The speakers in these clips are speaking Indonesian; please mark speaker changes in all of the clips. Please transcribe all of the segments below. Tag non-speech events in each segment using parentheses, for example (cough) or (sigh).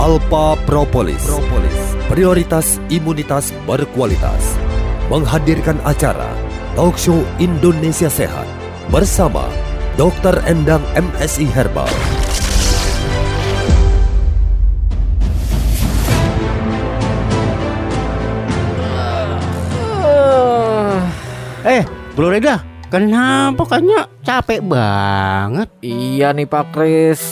Speaker 1: Alpa Propolis. Propolis. Prioritas imunitas berkualitas. Menghadirkan acara Talk Show Indonesia Sehat bersama Dr. Endang MSI Herbal.
Speaker 2: Eh, Bro Reda, kenapa kayaknya capek banget?
Speaker 3: Iya nih Pak Kris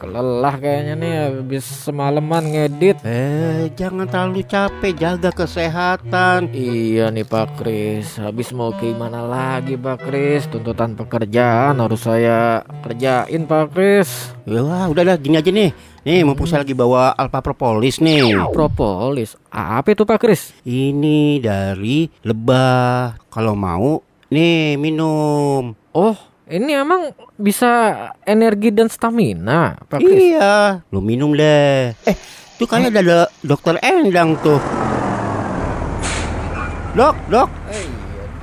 Speaker 3: Kelelah kayaknya nih habis semalaman ngedit
Speaker 2: Eh, jangan terlalu capek, jaga kesehatan.
Speaker 3: Iya nih Pak Kris Habis mau gimana lagi Pak Kris Tuntutan pekerjaan harus saya kerjain Pak Kris
Speaker 2: Wah, udah dah gini aja nih. Nih, mumpung saya lagi bawa Alpha Propolis nih.
Speaker 3: Propolis Apa itu Pak Kris?
Speaker 2: Ini dari lebah. Kalau mau, nih minum.
Speaker 3: Oh ini emang bisa energi dan stamina Pak Kris
Speaker 2: Iya, lu minum deh. Eh, tuh kayaknya ada do- dokter Endang tuh. Dok, (laughs) dok.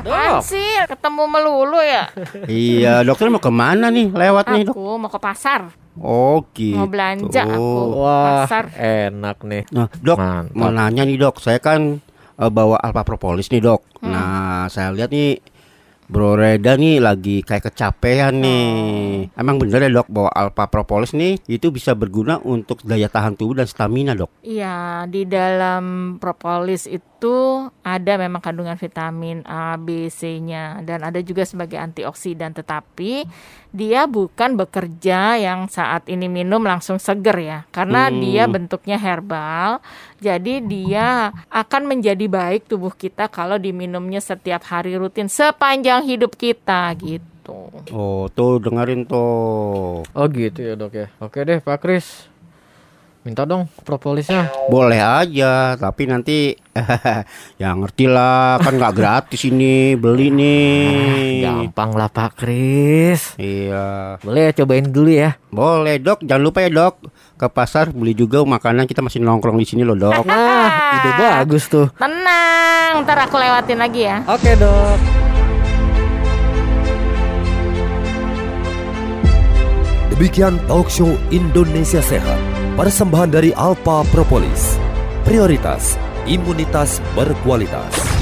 Speaker 4: Apaan sih? Ketemu melulu
Speaker 2: (laughs)
Speaker 4: ya?
Speaker 2: Iya, dokter mau kemana nih? Lewat nih, dok.
Speaker 4: Aku mau ke pasar,
Speaker 2: Oh, gitu.
Speaker 4: mau belanja aku.
Speaker 3: Wah
Speaker 4: Pasar.
Speaker 3: enak nih
Speaker 2: Nah, dok,
Speaker 3: Mantap.
Speaker 2: mau nanya nih dok, saya kan eh, bawa Alpha Propolis nih dok. Nah, saya lihat nih Bro Reda nih lagi kayak kecapean nih. Emang bener ya dok bahwa Alpha Propolis nih itu bisa berguna untuk daya tahan tubuh dan stamina dok.
Speaker 4: Iya, di dalam propolis itu ada memang kandungan vitamin A, B, C-nya dan ada juga sebagai antioksidan tetapi dia bukan bekerja yang saat ini minum langsung seger ya. Karena
Speaker 2: Hmm.
Speaker 4: dia bentuknya herbal. Jadi dia akan menjadi baik tubuh kita kalau diminumnya setiap hari rutin sepanjang hidup kita gitu.
Speaker 2: Oh tuh dengerin tuh.
Speaker 3: Oh gitu ya dok ya Oke deh Pak Kris Minta dong propolisnya
Speaker 2: Boleh aja, tapi nanti (laughs) ya ngerti lah kan nggak gratis ini beli nih.
Speaker 3: Gampang lah Pak Kris
Speaker 2: Iya,
Speaker 3: Boleh cobain dulu ya
Speaker 2: boleh dok. Jangan lupa ya dok ke pasar beli juga makanan kita masih nongkrong di sini loh dok.
Speaker 3: Nah ide bagus tuh
Speaker 4: Tenang, ntar aku lewatin lagi ya.
Speaker 3: Oke dok
Speaker 1: Demikian talk show Indonesia Sehat. Persembahan dari Alpa Propolis. Prioritas imunitas berkualitas.